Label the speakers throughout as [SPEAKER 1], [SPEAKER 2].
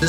[SPEAKER 1] 时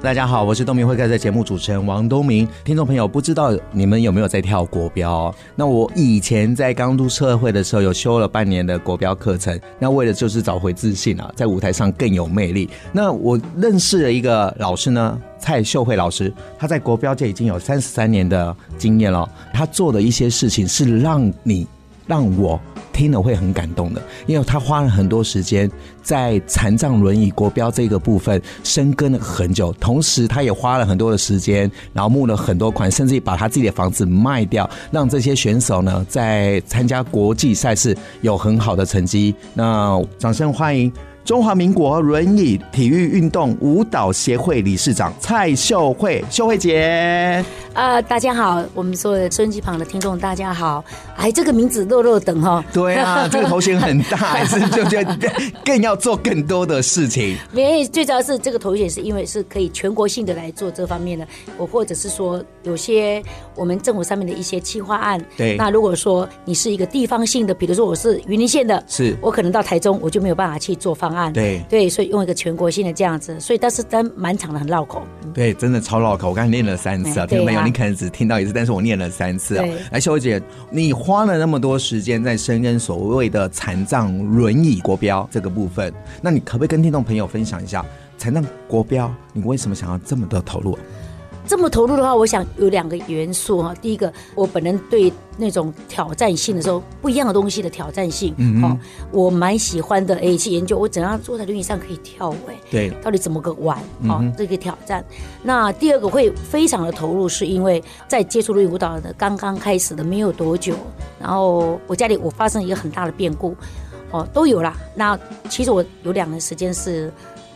[SPEAKER 2] 大家好，我是东明会客室的节目主持人王东明。听众朋友，不知道你们有没有在跳国标？那我以前在刚入社会的时候，有修了半年的国标课程。那为了就是找回自信啊，在舞台上更有魅力。那我认识了一个老师呢，蔡秀慧老师，她在国标界已经有三十三年的经验了。她做的一些事情是让你让我听了会很感动的，因为他花了很多时间在残障轮椅国标这个部分深耕了很久，同时他也花了很多的时间，然后募了很多款，甚至于把他自己的房子卖掉，让这些选手呢在参加国际赛事有很好的成绩。那掌声欢迎中华民国轮椅体育运动舞蹈协会理事长蔡秀慧，秀慧姐。
[SPEAKER 3] 呃，大家好，我们所有的收音机旁的听众，大家好。哎，这个名字肉肉等哦哈，
[SPEAKER 2] 对啊，这个头衔很大，还是 就就更要做更多的事情。
[SPEAKER 3] 因为最主要是这个头衔是因为是可以全国性的来做这方面的，我或者是说有些我们政府上面的一些企划案。
[SPEAKER 2] 对
[SPEAKER 3] 那如果说你是一个地方性的，比如说我是云林县的，
[SPEAKER 2] 是
[SPEAKER 3] 我可能到台中我就没有办法去做方案。
[SPEAKER 2] 对
[SPEAKER 3] 对，所以用一个全国性的这样子，所以但是但蛮长的，很绕口。
[SPEAKER 2] 对，真的超绕口。我刚才念了三次啊，
[SPEAKER 3] 哎
[SPEAKER 2] 听众朋友，
[SPEAKER 3] 对啊
[SPEAKER 2] 你可能只听到一次，但是我念了三次啊
[SPEAKER 3] 对。
[SPEAKER 2] 来，秀慧姐，你花了那么多时间在深耕所谓的残障轮椅国标这个部分，那你可不可以跟听众朋友分享一下残障国标，你为什么想要这么的投入啊？
[SPEAKER 3] 这么投入的话，我想有两个元素哈。第一个，我本人对那种挑战性的时候不一样的东西的挑战性，嗯哦，我蛮喜欢的。诶，去研究我怎样坐在轮椅上可以跳舞，哎，
[SPEAKER 2] 对
[SPEAKER 3] 到底怎么个玩，哦，这个挑战。那第二个会非常的投入，是因为在接触轮椅舞蹈的刚刚开始的没有多久，然后我家里我发生一个很大的变故，哦，都有啦。那其实我有两年时间是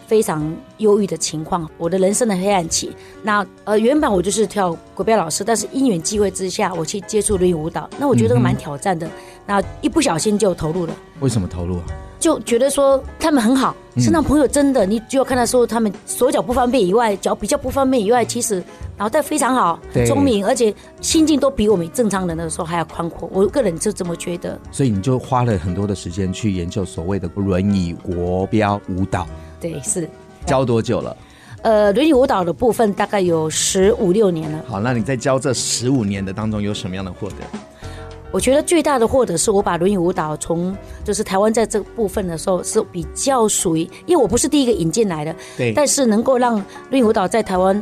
[SPEAKER 3] 非常忧郁的情况，我的人生的黑暗期。那呃，原本我就是跳国标老师，但是因缘际会之下，我去接触轮椅舞蹈，那我觉得蛮挑战的。那一不小心就投入了，
[SPEAKER 2] 为什么投入啊？
[SPEAKER 3] 就觉得说他们很好，身上朋友真的，你只有看到说他们手脚不方便以外，脚比较不方便以外，其实脑袋非常好，
[SPEAKER 2] 对
[SPEAKER 3] 很聪明，而且心境都比我们正常人的时候还要宽阔。我个人就这么觉得。
[SPEAKER 2] 所以你就花了很多的时间去研究所谓的轮椅国标舞蹈，
[SPEAKER 3] 对，是。
[SPEAKER 2] 教多久了？
[SPEAKER 3] 呃，轮椅舞蹈的部分大概有十五六年了。
[SPEAKER 2] 好，那你在教这十五年的当中有什么样的获得？
[SPEAKER 3] 我觉得最大的获得是我把轮椅舞蹈从就是台湾在这部分的时候是比较属于，因为我不是第一个引进来的，
[SPEAKER 2] 对
[SPEAKER 3] 但是能够让轮椅舞蹈在台湾。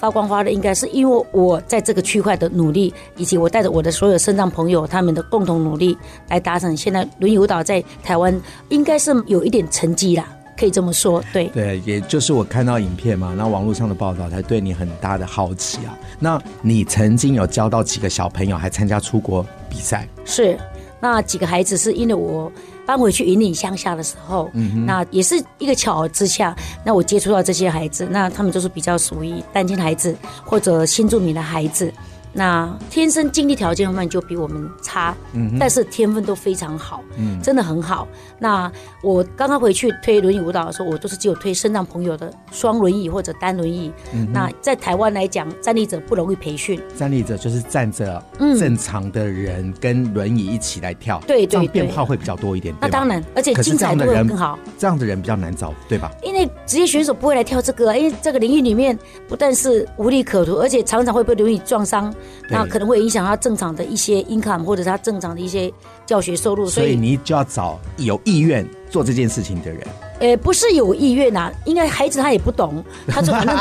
[SPEAKER 3] 发光发热，应该是因为我在这个区块的努力，以及我带着我的所有身障朋友他们的共同努力，来达成现在轮椅舞蹈在台湾应该是有一点成绩啦，可以这么说。对，
[SPEAKER 2] 对，也就是我看到影片嘛，那网络上的报道才对你很大的好奇啊。那你曾经有教到几个小朋友，还参加出国比赛？
[SPEAKER 3] 是，那几个孩子是因为我搬回去云岭乡下的时候，
[SPEAKER 2] 嗯
[SPEAKER 3] 那也是一个巧合之下，那我接触到这些孩子，那他们就是比较属于单亲孩子或者新住民的孩子。那天生经济条件方面就比我们差，
[SPEAKER 2] 嗯
[SPEAKER 3] 但是天分都非常好，真的很好。那我刚刚回去推轮椅舞蹈的时候，我都是只有推身障朋友的双轮椅或者单轮椅。
[SPEAKER 2] 嗯
[SPEAKER 3] 那在台湾来讲，站立者不容易培训，
[SPEAKER 2] 站立者就是站着，
[SPEAKER 3] 嗯
[SPEAKER 2] 正常的人跟轮椅一起来跳，
[SPEAKER 3] 对对
[SPEAKER 2] 这样
[SPEAKER 3] 对
[SPEAKER 2] 变化会比较多一点。
[SPEAKER 3] 那
[SPEAKER 2] 对吧
[SPEAKER 3] 当然而且
[SPEAKER 2] 可是
[SPEAKER 3] 精彩
[SPEAKER 2] 这样的
[SPEAKER 3] 度会
[SPEAKER 2] 人
[SPEAKER 3] 更好。
[SPEAKER 2] 这样的人比较难找，对吧？
[SPEAKER 3] 因为职业选手不会来跳这个啊，因为这个领域里面不但是无利可图，而且常常会被轮椅撞伤，
[SPEAKER 2] 对
[SPEAKER 3] 那可能会影响他正常的一些 income 或者他正常的一些教学收入。
[SPEAKER 2] 所
[SPEAKER 3] 所
[SPEAKER 2] 以
[SPEAKER 3] 以，
[SPEAKER 2] 你就要找有意愿做这件事情的人。
[SPEAKER 3] 呃，不是有意愿呐、应该孩子他也不懂，他就反正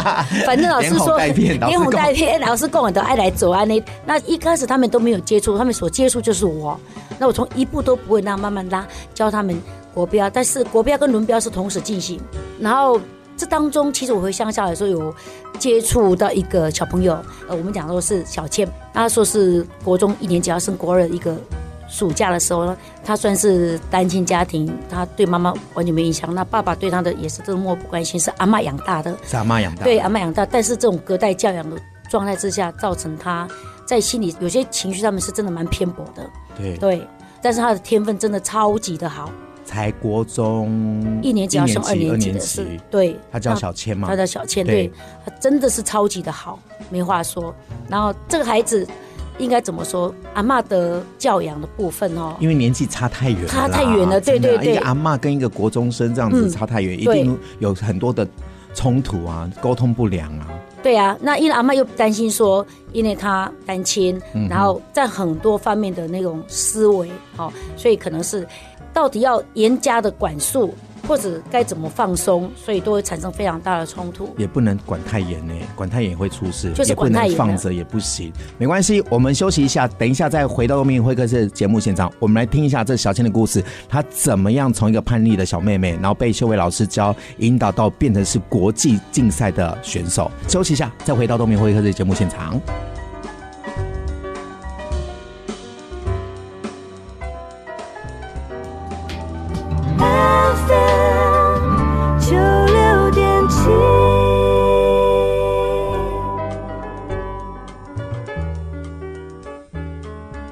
[SPEAKER 3] 反正老师
[SPEAKER 2] 连哄
[SPEAKER 3] 说
[SPEAKER 2] 带骗老师
[SPEAKER 3] 连哄
[SPEAKER 2] 跟我
[SPEAKER 3] 带骗，老师跟我都爱来走啊那那一开始他们都没有接触，他们所接触就是我，那我从一步都不会那样慢慢拉教他们国标，但是国标跟轮标是同时进行，然后这当中，其实我回乡下来的时候有接触到一个小朋友，呃，我们讲说是小倩，那他说是国中一年级要升国二的一个暑假的时候呢，他算是单亲家庭，他对妈妈完全没印象，那爸爸对他的也是这种漠不关心，是阿嬷养大的，
[SPEAKER 2] 是阿妈养大，
[SPEAKER 3] 对，阿妈养大，但是这种隔代教养的状态之下，造成他在心里有些情绪上面是真的蛮偏颇的，
[SPEAKER 2] 对
[SPEAKER 3] 对。但是他的天分真的超级的好，
[SPEAKER 2] 才国中
[SPEAKER 3] 一年级要上二
[SPEAKER 2] 级，
[SPEAKER 3] 年级
[SPEAKER 2] 年
[SPEAKER 3] 的是
[SPEAKER 2] 级，
[SPEAKER 3] 对，
[SPEAKER 2] 他叫
[SPEAKER 3] 那
[SPEAKER 2] 小千嘛，
[SPEAKER 3] 他的小倩，
[SPEAKER 2] 对
[SPEAKER 3] 对他真的是超级的好，没话说。然后这个孩子应该怎么说？阿嬷的教养的部分哦，
[SPEAKER 2] 因为年纪差太远了啦，
[SPEAKER 3] 差太远了对
[SPEAKER 2] 真的啊
[SPEAKER 3] 对对
[SPEAKER 2] 一个阿嬷跟一个国中生这样子
[SPEAKER 3] 嗯
[SPEAKER 2] 差太远，一
[SPEAKER 3] 对
[SPEAKER 2] 定有很多的冲突啊，沟通不良啊，
[SPEAKER 3] 对啊，那因为阿嬷又担心说，因为她单亲，
[SPEAKER 2] 嗯
[SPEAKER 3] 然后在很多方面的那种思维，哦，所以可能是到底要严加的管束，或者该怎么放松，所以都会产生非常大的冲突。
[SPEAKER 2] 也不能管太严呢、管太严会出事，
[SPEAKER 3] 就是
[SPEAKER 2] 也不
[SPEAKER 3] 管太
[SPEAKER 2] 能
[SPEAKER 3] 严
[SPEAKER 2] 放着也不行。没关系，我们休息一下，等一下再回到《命运会客室》节目现场，我们来听一下这小倩的故事，她怎么样从一个叛逆的小妹妹，然后被秀伟老师教引导到变成是国际竞赛的选手。休息一下，再回到《命运会客室》节目现场。
[SPEAKER 4] 九六点七。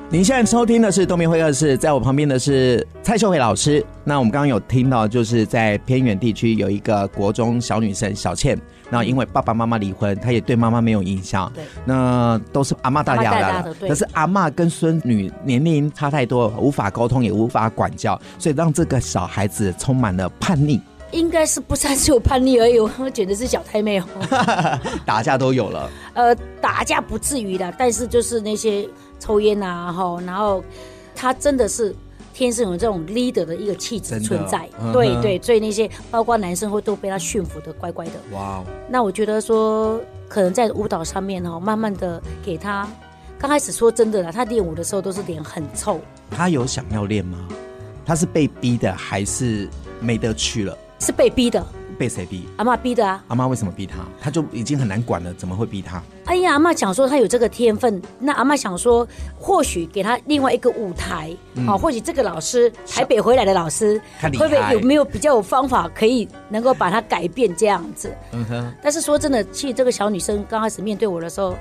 [SPEAKER 2] 您现在收听的是《东明会客室》，在我旁边的是蔡秀慧老师。那我们刚刚有听到，就是在偏远地区有一个国中小女生小倩，然后因为爸爸妈妈离婚，她也对妈妈没有印象。
[SPEAKER 3] 对，
[SPEAKER 2] 那都是阿嬷大家
[SPEAKER 3] 阿嬷带大
[SPEAKER 2] 的
[SPEAKER 3] 的
[SPEAKER 2] 啦，
[SPEAKER 3] 对
[SPEAKER 2] 可是阿嬷跟孙女年龄差太多，无法沟通，也无法管教，所以让这个小孩子充满了叛逆，
[SPEAKER 3] 应该是不算是有叛逆而已，我简直是小太 妹哦。
[SPEAKER 2] 打架都有了。
[SPEAKER 3] 呃，打架不至于的，但是就是那些抽烟啊，吼，然后他真的是天生有这种 leader 的一个气质
[SPEAKER 2] 真的
[SPEAKER 3] 存在，
[SPEAKER 2] 嗯哼
[SPEAKER 3] 对对，所以那些包括男生会都被他驯服的乖乖的。
[SPEAKER 2] 哇哦，
[SPEAKER 3] 那我觉得说，可能在舞蹈上面哈、哦，慢慢的给他，刚开始说真的啦，他练舞的时候都是脸很臭，
[SPEAKER 2] 她有想要练吗？她是被逼的，还是没得去了？
[SPEAKER 3] 是被逼的，
[SPEAKER 2] 被谁逼？
[SPEAKER 3] 阿嬷逼的啊。
[SPEAKER 2] 阿妈为什么逼他？他就已经很难管了，怎么会逼他？
[SPEAKER 3] 哎呀，阿嬷讲说她有这个天分，那阿嬷想说，或许给她另外一个舞台，好、或许这个老师台北回来的老师，
[SPEAKER 2] 他嗯厉害
[SPEAKER 3] 会不会有没有比较有方法可以能够把它改变这样子？
[SPEAKER 2] 嗯哼，
[SPEAKER 3] 但是说真的，其实这个小女生刚开始面对我的时候，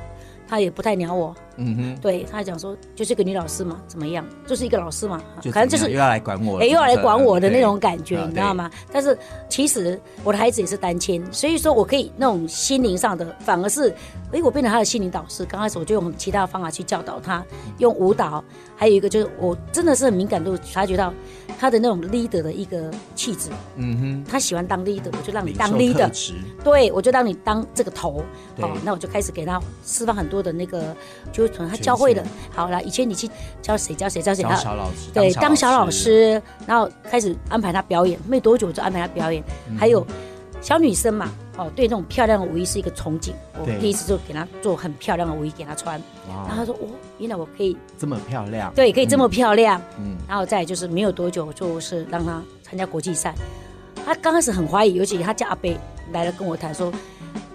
[SPEAKER 3] 她也不太鸟我，
[SPEAKER 2] 嗯哼，
[SPEAKER 3] 对她讲说就是个女老师嘛，怎么样，就是一个老师嘛，
[SPEAKER 2] 就
[SPEAKER 3] 反正就
[SPEAKER 2] 怎么样
[SPEAKER 3] 是
[SPEAKER 2] 又要来管我了，
[SPEAKER 3] 哎，又要来管我的那种
[SPEAKER 2] 对
[SPEAKER 3] 感觉，
[SPEAKER 2] 嗯
[SPEAKER 3] 你知道吗？但是其实我的孩子也是单亲，所以说我可以那种心灵上的，反而是，哎，我变成他的心灵导师。刚开始我就用其他的方法去教导他，
[SPEAKER 2] 嗯
[SPEAKER 3] 用舞蹈，还有一个就是我真的是很敏感度察觉到他的那种 leader 的一个气质，
[SPEAKER 2] 嗯
[SPEAKER 3] 他喜欢当 leader，我就让
[SPEAKER 2] 哼，
[SPEAKER 3] 你当
[SPEAKER 2] 领袖特
[SPEAKER 3] leader。
[SPEAKER 2] 质
[SPEAKER 3] 对，我就让你当这个头，
[SPEAKER 2] 对
[SPEAKER 3] 那我就开始给他释放很多的那个，就是从他教会的
[SPEAKER 2] 权，
[SPEAKER 3] 好了，以前你去教谁教谁教谁，
[SPEAKER 2] 当
[SPEAKER 3] 他
[SPEAKER 2] 小老师，
[SPEAKER 3] 对，当小老，师，然后开始安排她表演，没多久就安排她表演，
[SPEAKER 2] 嗯
[SPEAKER 3] 还有小女生嘛，哦，对那种漂亮的舞衣是一个憧憬，我
[SPEAKER 2] 对
[SPEAKER 3] 第一次就给她做很漂亮的舞衣给她穿，然后
[SPEAKER 2] 哇，
[SPEAKER 3] 她说，哦，原来我可以，
[SPEAKER 2] 这么漂亮，
[SPEAKER 3] 对，哎可以这么漂亮，
[SPEAKER 2] 嗯，
[SPEAKER 3] 然后再来就是没有多久就是让她参加国际赛，她刚开始很怀疑，尤其她家阿贝来了跟我谈说，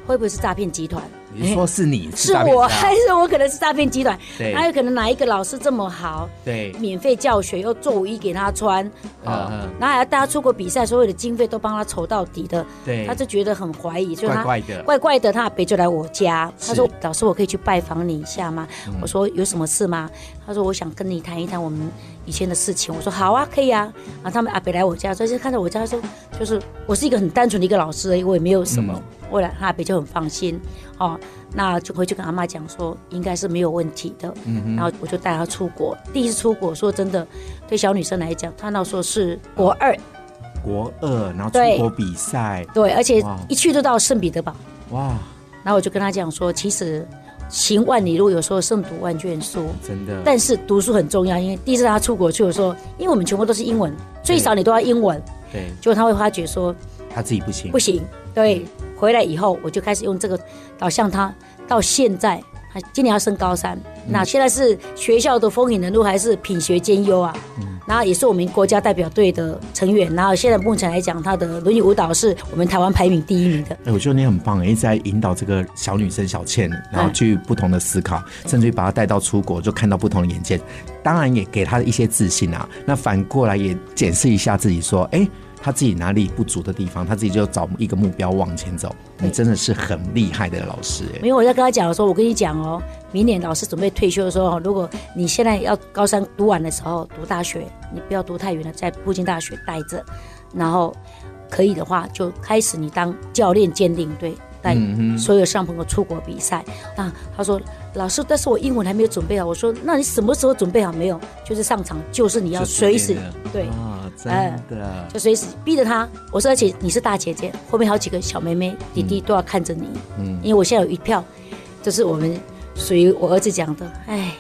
[SPEAKER 3] 会不会是诈骗集团？哎
[SPEAKER 2] 你是说是你
[SPEAKER 3] 是
[SPEAKER 2] 诈骗
[SPEAKER 3] 我 哎
[SPEAKER 2] 家
[SPEAKER 3] 还是我可能是诈骗集团？
[SPEAKER 2] 对
[SPEAKER 3] 还有可能哪一个老师这么好，
[SPEAKER 2] 对，
[SPEAKER 3] 免费教学，又做衣给他穿，啊、
[SPEAKER 2] 嗯嗯
[SPEAKER 3] 然后还要带他出国比赛，所有的经费都帮他筹到底的，
[SPEAKER 2] 对
[SPEAKER 3] 他就觉得很怀疑，所以他
[SPEAKER 2] 怪怪的
[SPEAKER 3] 怪怪的，他阿伯就来我家，
[SPEAKER 2] 是嗯
[SPEAKER 3] 他说：“老师，我可以去拜访你一下吗？”我说：“有什么事吗？”他说：“我想跟你谈一谈我们以前的事情。”我说：“好啊，可以啊。”然后他们阿伯来我家，所以就看到我家说，就是我是一个很单纯的一个老师而已，我也没有什么。
[SPEAKER 2] 嗯
[SPEAKER 3] 后来他阿伯就很放心，哦，那就回去跟阿妈讲说，应该是没有问题的。
[SPEAKER 2] 嗯
[SPEAKER 3] 然后我就带她出国，第一次出国，说真的，对小女生来讲，她那时候是国二，
[SPEAKER 2] 国二，然后出
[SPEAKER 3] 对
[SPEAKER 2] 国比赛，
[SPEAKER 3] 对，而且
[SPEAKER 2] 哇
[SPEAKER 3] 一去就到圣彼得堡。
[SPEAKER 2] 哇，
[SPEAKER 3] 然后我就跟他讲说，其实行万里路，有时候胜读万卷书。
[SPEAKER 2] 真的，
[SPEAKER 3] 但是读书很重要，因为第一次他出国去，我说，因为我们全部都是英文，最少你都要英文。
[SPEAKER 2] 对
[SPEAKER 3] 结果他会发觉说
[SPEAKER 2] 他自己不行，
[SPEAKER 3] 不行，对，回来以后我就开始用这个导向他。到现在，他今年要升高三，那现在是学校的风云人物还是品学兼优啊？然后也是我们国家代表队的成员，然后现在目前来讲，他的轮椅舞蹈是我们台湾排名第一名的。
[SPEAKER 2] 哎，我觉得你很棒，一直在引导这个小女生小倩，然后去不同的思考，甚至于把她带到出国，就看到不同的眼界。当然也给她一些自信啊。那反过来也检视一下自己，说，哎，他自己哪里不足的地方，他自己就找一个目标往前走。你真的是很厉害的老师、哎
[SPEAKER 3] 没有，我在跟他讲，我说我跟你讲哦，明年老师准备退休的时候，如果你现在要高三读完的时候读大学，你不要读太远了，在附近大学待着，然后可以的话就开始你当教练兼领队，带
[SPEAKER 2] 嗯
[SPEAKER 3] 所有上朋友出国比赛。啊，他说老师，但是我英文还没有准备好。我说那你什么时候准备好没有？就是上场，就是你要
[SPEAKER 2] 就随
[SPEAKER 3] 随
[SPEAKER 2] 便
[SPEAKER 3] 时
[SPEAKER 2] 了
[SPEAKER 3] 对。哎
[SPEAKER 2] 啊，真的，
[SPEAKER 3] 就随时逼着他。我说，而且你是大姐姐，后面好几个小妹妹、弟弟都要看着你。嗯，因为我现在有一票，就是我们属于我儿子讲的。哎，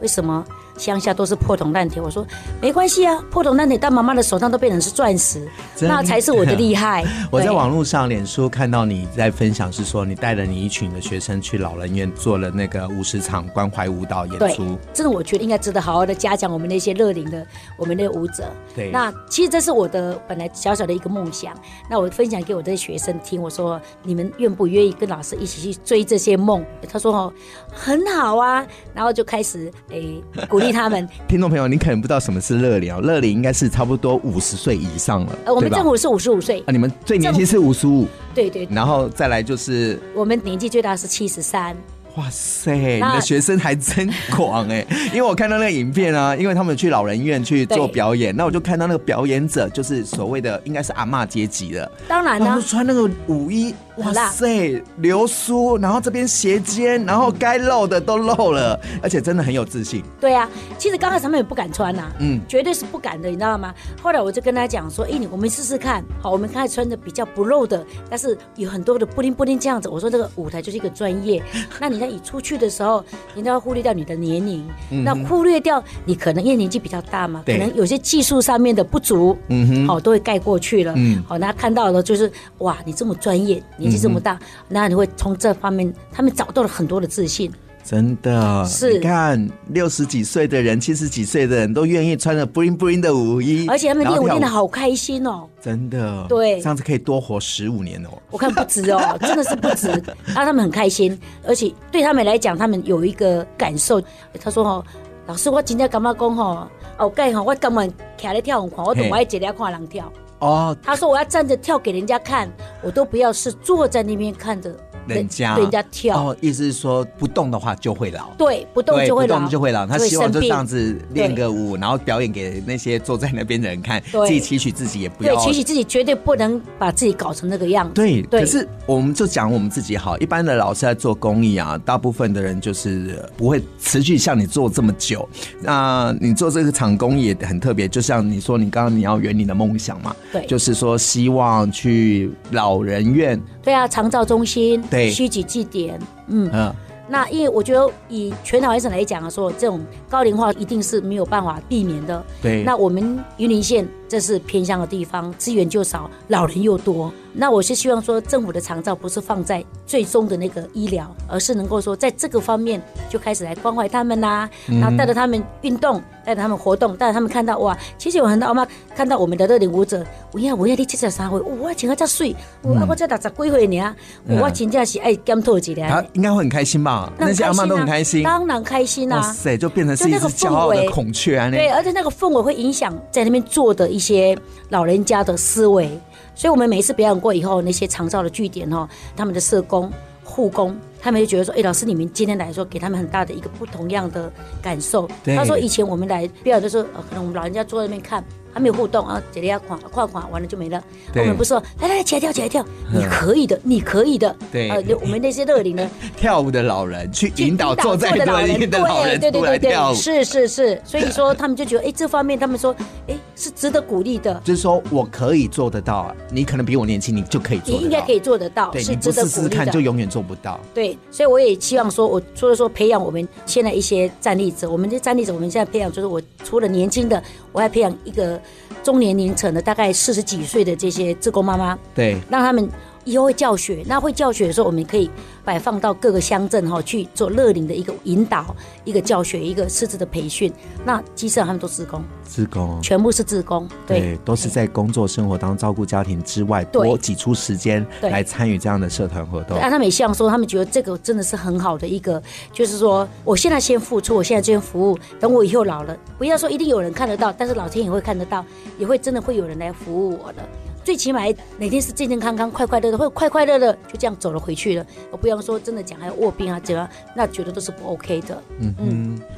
[SPEAKER 3] 为什么乡下都是破铜烂铁？我说没关系啊，破铜烂铁到妈妈的手上都变成是钻石，
[SPEAKER 2] 真的。
[SPEAKER 3] 那才是我的厉害
[SPEAKER 2] 我在
[SPEAKER 3] 对
[SPEAKER 2] 网络上、脸书看到你在分享，是说你带了你一群的学生去老人院做了那个五十场关怀舞蹈演
[SPEAKER 3] 对
[SPEAKER 2] 出，，
[SPEAKER 3] 这个我觉得应该值得好好的嘉奖我们那些乐龄的我们的舞者。
[SPEAKER 2] 对
[SPEAKER 3] 那其实这是我的本来小小的一个梦想。那我分享给我的学生听，我说你们愿不愿意跟老师一起去追这些梦？他说哦，很好啊，然后就开始诶、鼓励他们。
[SPEAKER 2] 听众朋友，你可能不知道什么是乐龄哦，乐龄应该是差不多五十岁以上了，
[SPEAKER 3] 呃，我们
[SPEAKER 2] 对吧
[SPEAKER 3] 政府是五十五岁
[SPEAKER 2] 啊，，你们最年轻是五十五，
[SPEAKER 3] 对对，
[SPEAKER 2] 然后再来就是，
[SPEAKER 3] 我们年纪最大是七十三。
[SPEAKER 2] 哇塞，你
[SPEAKER 3] 那
[SPEAKER 2] 的学生还真广哎、 因为我看到那个影片啊，因为他们去老人院去做
[SPEAKER 3] 对
[SPEAKER 2] 表演，那我就看到那个表演者就是所谓的应该是阿嬷阶级的，
[SPEAKER 3] 当然啊
[SPEAKER 2] 然
[SPEAKER 3] 呢、
[SPEAKER 2] 后穿那个舞衣，哇
[SPEAKER 3] 很辣
[SPEAKER 2] 塞，流苏，然后这边斜肩，然后该露的都露了，而且真的很有自信。
[SPEAKER 3] 对啊，其实刚开始他们也不敢穿呐、
[SPEAKER 2] 嗯
[SPEAKER 3] 嗯，绝对是不敢的，你知道吗？后来我就跟他讲说，哎、你我们试试看，好，我们开始穿的比较不露的，但是有很多的布灵布灵这样子。我说这个舞台就是一个专业，那你在你出去的时候，你都要忽略掉你的年龄，那忽略掉你可能因为年纪比较大嘛，可
[SPEAKER 2] 对
[SPEAKER 3] 能有些技术上面的不足，嗯哼，好、都会盖过去了。
[SPEAKER 2] 嗯
[SPEAKER 3] 嗯，好、那看到了就是哇，你这么专业，年纪这么大，那你会从这方面，他们找到了很多的自信。
[SPEAKER 2] 真的，
[SPEAKER 3] 是
[SPEAKER 2] 你看六十几岁的人、七十几岁的人都愿意穿着 bling bling 的舞衣，
[SPEAKER 3] 而且他们
[SPEAKER 2] 然后
[SPEAKER 3] 练舞
[SPEAKER 2] 跳
[SPEAKER 3] 练得好开心哦，
[SPEAKER 2] 真的，
[SPEAKER 3] 对
[SPEAKER 2] 这样子可以多活十五年哦。
[SPEAKER 3] 我看不值 哦，真的是不值。然后他们很开心，而且对他们来讲，他们有一个感受。他说：“哦，老师，我今天感觉讲吼，哦，盖吼，我根本徛在跳舞看，我
[SPEAKER 2] 嘿
[SPEAKER 3] 懂我一直在看人跳。
[SPEAKER 2] 哦，
[SPEAKER 3] 他说我要站着跳给人家看，我都不要是坐在那边看着
[SPEAKER 2] 人家
[SPEAKER 3] 对人家跳。
[SPEAKER 2] 哦，意思是说不动的话就会老。
[SPEAKER 3] 对，不动
[SPEAKER 2] 对
[SPEAKER 3] 就会老，
[SPEAKER 2] 不动就会老。他希望
[SPEAKER 3] 生
[SPEAKER 2] 就这
[SPEAKER 3] 病
[SPEAKER 2] 样子练个舞，然后表演给那些坐在那边的人看，
[SPEAKER 3] 对
[SPEAKER 2] 自己期许自己也不要
[SPEAKER 3] 对，其实自己绝对不能把自己搞成那个样子。
[SPEAKER 2] 对，
[SPEAKER 3] 对，
[SPEAKER 2] 可是我们就讲我们自己好。一般的老师在做公益啊，大部分的人就是不会持续像你做这么久。那你做这个场公益也很特别，就像你说，你刚刚你要圆你的梦想嘛，
[SPEAKER 3] 对
[SPEAKER 2] 就是说希望去老人院，
[SPEAKER 3] 对啊，长照中心、
[SPEAKER 2] 对
[SPEAKER 3] 虚举祭典，嗯。
[SPEAKER 2] 嗯、
[SPEAKER 3] 那因为我觉得以全台湾省来讲啊，说这种高龄化一定是没有办法避免的。
[SPEAKER 2] 对
[SPEAKER 3] 那我们云林县这是偏乡的地方，资源就少，老人又多。那我是希望说，政府的长照不是放在最终的那个医疗，而是能够说在这个方面就开始来关怀他们啦、然后带着他们运动，带着他们活动，带着他们看到哇，其实有很多阿妈看到我们的热点舞者，我呀我呀，你七十三岁，哇我穿个遮水，哇我才六十几岁呢，哇我真正是爱检讨一下呢。
[SPEAKER 2] 他应该会很开心吧？那些阿妈都很开心，
[SPEAKER 3] 啊当然开心
[SPEAKER 2] 哇
[SPEAKER 3] 啊。
[SPEAKER 2] 塞，就变成是一
[SPEAKER 3] 就
[SPEAKER 2] 只
[SPEAKER 3] 那个
[SPEAKER 2] 骄傲
[SPEAKER 3] 氛
[SPEAKER 2] 的
[SPEAKER 3] 围
[SPEAKER 2] 孔雀啊！
[SPEAKER 3] 对，
[SPEAKER 2] 那
[SPEAKER 3] 而且那个氛围会影响在那边坐的一些老人家的思维，所以我们每一次表演过以后，那些长照的据点哦，他们的社工、护工，他们就觉得说，哎、老师，你们今天来说，给他们很大的一个不同样的感受。
[SPEAKER 2] 对
[SPEAKER 3] 他说，以前我们来表演的时候，呃可能我们老人家坐在那边看。还没有互动啊，这里要垮垮垮，完了就没了。
[SPEAKER 2] 对嗯
[SPEAKER 3] 我们不是说来来来起来跳起来跳，你可以的，你可以的。
[SPEAKER 2] 对
[SPEAKER 3] 呃，我们那些乐龄呢，
[SPEAKER 2] 跳舞的老人去引导坐在
[SPEAKER 3] 的
[SPEAKER 2] 轮椅的老人
[SPEAKER 3] 对对
[SPEAKER 2] 出来
[SPEAKER 3] 对
[SPEAKER 2] 跳
[SPEAKER 3] 对，
[SPEAKER 2] 舞。
[SPEAKER 3] 是是是，所以说他们就觉得，哎，这方面他们说，哎，是值得鼓励的，
[SPEAKER 2] 就是说我可以做得到，你可能比我年轻，你就可以 做得到。
[SPEAKER 3] 你应该可以做得到，
[SPEAKER 2] 对，
[SPEAKER 3] 是
[SPEAKER 2] 你
[SPEAKER 3] 值
[SPEAKER 2] 不
[SPEAKER 3] 得
[SPEAKER 2] 试
[SPEAKER 3] 鼓
[SPEAKER 2] 试
[SPEAKER 3] 励
[SPEAKER 2] 看就
[SPEAKER 3] 的。
[SPEAKER 2] 永远做不到。
[SPEAKER 3] 对，所以我也希望说，我除了说培养我们现在一些站立者，我们的站立者，我们现在培养就是我除了年轻的，我还培养一个中年龄层的，大概四十几岁的这些志工妈妈，
[SPEAKER 2] 对，
[SPEAKER 3] 让他们。以后会教学，那会教学的时候，我们可以摆放到各个乡镇哈去做乐龄的一个引导、一个教学、一个师资的培训。那基层他们都自工，
[SPEAKER 2] 自工。
[SPEAKER 3] 全部是自工，对，
[SPEAKER 2] 都是在工作生活当中照顾家庭之外，
[SPEAKER 3] 对
[SPEAKER 2] 多挤出时间
[SPEAKER 3] 对
[SPEAKER 2] 来参与这样的社团活动
[SPEAKER 3] 对。啊，他们也希望说，他们觉得这个真的是很好的一个，就是说，我现在先付出，我现在先服务，等我以后老了，不要说一定有人看得到，但是老天也会看得到，也会真的会有人来服务我的。最起码哪天是健健康康、快快乐乐，或者快快乐乐就这样走了回去了，而不要说真的讲还有卧病啊怎么样，那觉得都是不 OK 的。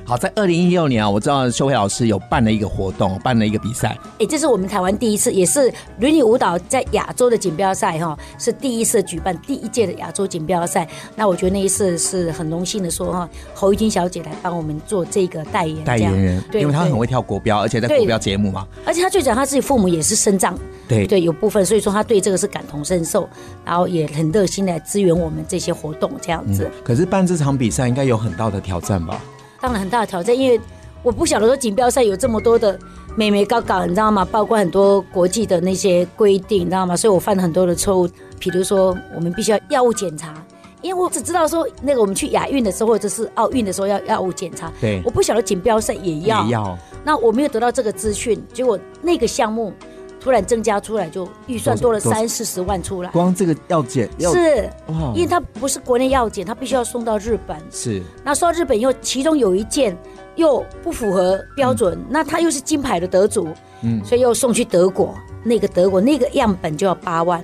[SPEAKER 2] 好，在二零一六年啊，我知道修慧老师有办了一个活动，办了一个比赛，
[SPEAKER 3] 哎，这是我们台湾第一次，也是伦理舞蹈在亚洲的锦标赛哈，是第一次举办第一届的亚洲锦标赛。那我觉得那一次是很荣幸的说哈，侯玉金小姐来帮我们做这个代言，
[SPEAKER 2] 代言人，
[SPEAKER 3] 这样对，
[SPEAKER 2] 因为他很
[SPEAKER 3] 对
[SPEAKER 2] 会，跳国标，而且在
[SPEAKER 3] 对
[SPEAKER 2] 国标节目嘛，
[SPEAKER 3] 而且她最讲她自己父母也是身障，
[SPEAKER 2] 对
[SPEAKER 3] 对，有部分，所以说她对这个是感同身受，然后也很热心来支援我们这些活动这样子。
[SPEAKER 2] 可是办这场比赛应该有很大的挑战吧？
[SPEAKER 3] 当然很大的挑战，因为我不晓得说锦标赛有这么多的美眉高高，你知道吗？包括很多国际的那些规定，你知道吗？所以我犯了很多的错误，比如说我们必须要药物检查。因为我只知道说，那个我们去亚运的时候，或者是奥运的时候要药物检查，
[SPEAKER 2] 对
[SPEAKER 3] 我不晓得锦标赛也要，
[SPEAKER 2] 也要
[SPEAKER 3] 那我没有得到这个资讯，结果那个项目突然增加出来，就预算多了
[SPEAKER 2] 多少
[SPEAKER 3] 三四十万出来，
[SPEAKER 2] 光这个要检要
[SPEAKER 3] 是
[SPEAKER 2] 哇，
[SPEAKER 3] 因为它不是国内药检，它必须要送到日本，
[SPEAKER 2] 是
[SPEAKER 3] 那说到日本以后，其中有一件又不符合标准，那他又是金牌的得主，
[SPEAKER 2] 嗯
[SPEAKER 3] 所以又送去德国。那个德国那个样本就要八万，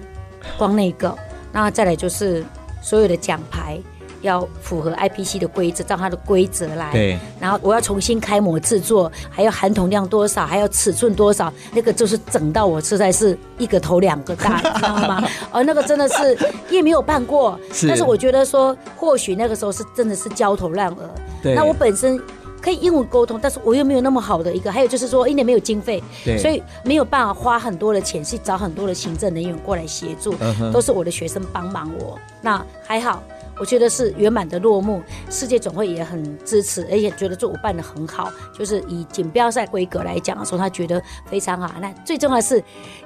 [SPEAKER 3] 光那个。那再来就是所有的奖牌要符合 IPC 的规则，照它的规则来。
[SPEAKER 2] 对，
[SPEAKER 3] 然后我要重新开模制作，还要含铜量多少，还要尺寸多少，那个就是整到我实在是一个头两个大，你知道 吗？哦，那个真的是也没有办过，
[SPEAKER 2] 是
[SPEAKER 3] 但是我觉得说，或许那个时候是真的是焦头烂额。
[SPEAKER 2] 对
[SPEAKER 3] 那我本身。可以英文沟通，但是我又没有那么好的一个，还有就是说，因为没有经费
[SPEAKER 2] 对，
[SPEAKER 3] 所以没有办法花很多的钱去找很多的行政人员过来协助。
[SPEAKER 2] 嗯哼
[SPEAKER 3] 都是我的学生帮忙我。那还好，我觉得是圆满的落幕。世界总会也很支持，而且觉得做我办的很好，就是以锦标赛规格来讲的时候，他觉得非常好。那最重要的是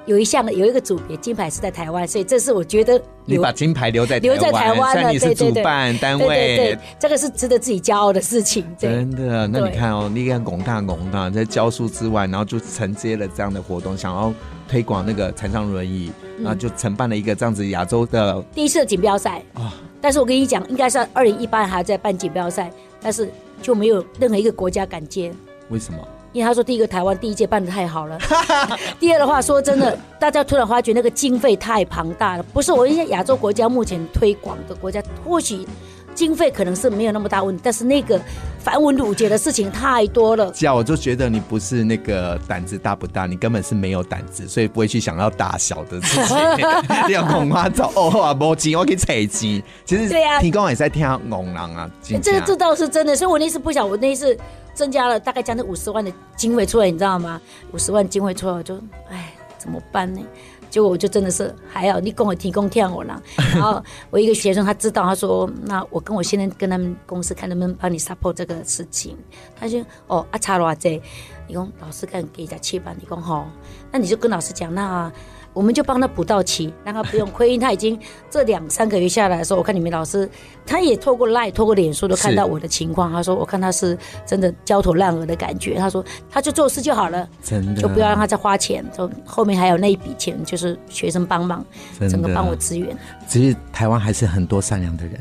[SPEAKER 3] 有一项有一个组别金牌是在台湾，所以这是我觉得
[SPEAKER 2] 你
[SPEAKER 3] 有
[SPEAKER 2] 把金牌留在
[SPEAKER 3] 留在台湾
[SPEAKER 2] 虽
[SPEAKER 3] 了，
[SPEAKER 2] 然你是
[SPEAKER 3] 对对
[SPEAKER 2] 主
[SPEAKER 3] 对，
[SPEAKER 2] 办单
[SPEAKER 3] 对对
[SPEAKER 2] 位
[SPEAKER 3] 对，，这个是值得自己骄傲的事情。对
[SPEAKER 2] 真，的，那你
[SPEAKER 3] 对
[SPEAKER 2] 看哦，你看广大广大在教书之外，然后就承接了这样的活动，想要推广那个残障轮椅，然
[SPEAKER 3] 嗯
[SPEAKER 2] 后就承办了一个这样子亚洲的
[SPEAKER 3] 第一次的锦标赛哦
[SPEAKER 2] 啊
[SPEAKER 3] 但是我跟你讲，应该是二零一八还在办锦标赛，但是就没有任何一个国家敢接。
[SPEAKER 2] 为什么？
[SPEAKER 3] 因为他说，第一个台湾第一届办的太好了， 第二的话说真的，大家突然发觉那个经费太庞大了，不是我一些亚洲国家目前推广的国家，或许经费可能是没有那么大问题，但是那个繁文缛节的事情太多了。
[SPEAKER 2] 这样我就觉得你不是那个胆子大不大，你根本是没有胆子，所以不会去想要大小的事 情。你要恐怕找哦啊，没钱我可以扯钱。其实
[SPEAKER 3] 对啊
[SPEAKER 2] 提供也是在听戆人啊，真
[SPEAKER 3] 这个
[SPEAKER 2] 的
[SPEAKER 3] 这倒是真的，所以我那次不想，我那次增加了大概将近五十万的经费出来，你知道吗？五十万经费出来，我就哎怎么办呢？结果我就真的是还好，你跟我提供跳我啦。然后我一个学生他知道，他说那我跟我现在跟他们公司看能不能帮你 support 这个事情。他就哦啊差了这，你讲老师看给一下七万，你讲好，那你就跟老师讲那。我们就帮他补到期，让他不用亏。因为他已经这两三个月下来的时候，我看你们老师，他也透过 Line、透过脸书都看到
[SPEAKER 2] 是
[SPEAKER 3] 我的情况。他说，我看他是真的焦头烂额的感觉。他说，他就做事就好了，
[SPEAKER 2] 真的
[SPEAKER 3] 就不要让他再花钱。就后面还有那一笔钱，就是学生帮忙，
[SPEAKER 2] 真的
[SPEAKER 3] 整个帮我支援。
[SPEAKER 2] 其实台湾还是很多善良的人，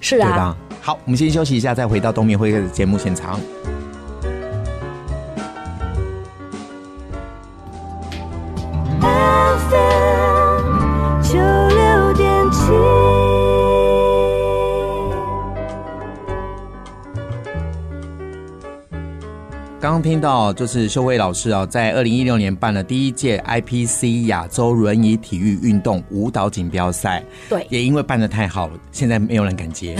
[SPEAKER 3] 是
[SPEAKER 2] 对
[SPEAKER 3] 啊
[SPEAKER 2] 吧，？好，我们先休息一下，再回到东明会客的节目现场。
[SPEAKER 4] FM 九六点七。
[SPEAKER 2] 刚刚听到就是秀慧老师啊，在二零一六年办了第一届 IPC 亚洲轮椅体育运动舞蹈锦标赛，
[SPEAKER 3] 对
[SPEAKER 2] 也因为办的太好了，现在没有人敢接。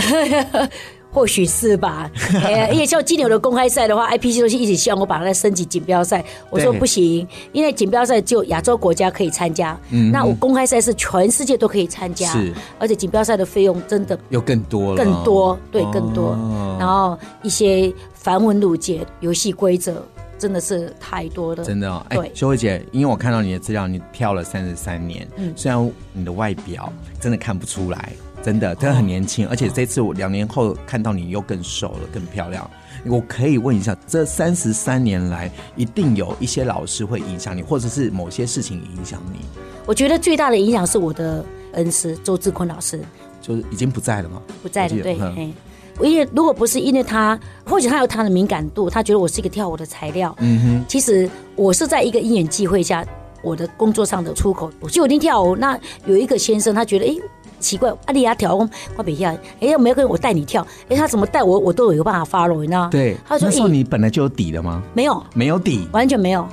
[SPEAKER 3] 或许是吧， 哎，因为像今年我的公开赛的话，IPC 都是一直希望我把它升级锦标赛。我说
[SPEAKER 2] 对
[SPEAKER 3] 不行，因为锦标赛只有亚洲国家可以参加，那我公开赛是全世界都可以参加
[SPEAKER 2] 嗯是，
[SPEAKER 3] 而且锦标赛的费用真的
[SPEAKER 2] 又更多了，
[SPEAKER 3] 更多，对，更多
[SPEAKER 2] 哦。
[SPEAKER 3] 然后一些繁文缛节、游戏规则，真的是太多了。
[SPEAKER 2] 真的、哦，哎、
[SPEAKER 3] 对
[SPEAKER 2] 修慧姐，因为我看到你的资料，你跳了三十三年，虽然你的外表真的看不出来，真的，真的很年轻，而且这次我两年后看到你又更瘦了，更漂亮。我可以问一下，这三十三年来，一定有一些老师会影响你，或者是某些事情影响你，
[SPEAKER 3] 我觉得最大的影响是我的恩师周志坤老师
[SPEAKER 2] 就是已经不在了吗？
[SPEAKER 3] 不在
[SPEAKER 2] 我记
[SPEAKER 3] 了，
[SPEAKER 2] 得
[SPEAKER 3] 对，
[SPEAKER 2] 嗯
[SPEAKER 3] 嘿因为如果不是因为他，或许他有他的敏感度，他觉得我是一个跳舞的材料。嗯哼，其实我是在一个因缘际会下，我的工作上的出口，我就一定跳舞。那有一个先生，他觉得诶奇怪，啊阿丽亚跳舞，我比跳，哎、没有跟我带你跳，哎、他怎么带我，我都有办法 follow 你知道吗？
[SPEAKER 2] 对，
[SPEAKER 3] 他说哦
[SPEAKER 2] 那时候
[SPEAKER 3] 诶
[SPEAKER 2] 你本来就有底了吗？
[SPEAKER 3] 没有，
[SPEAKER 2] 没有底，
[SPEAKER 3] 完全没有。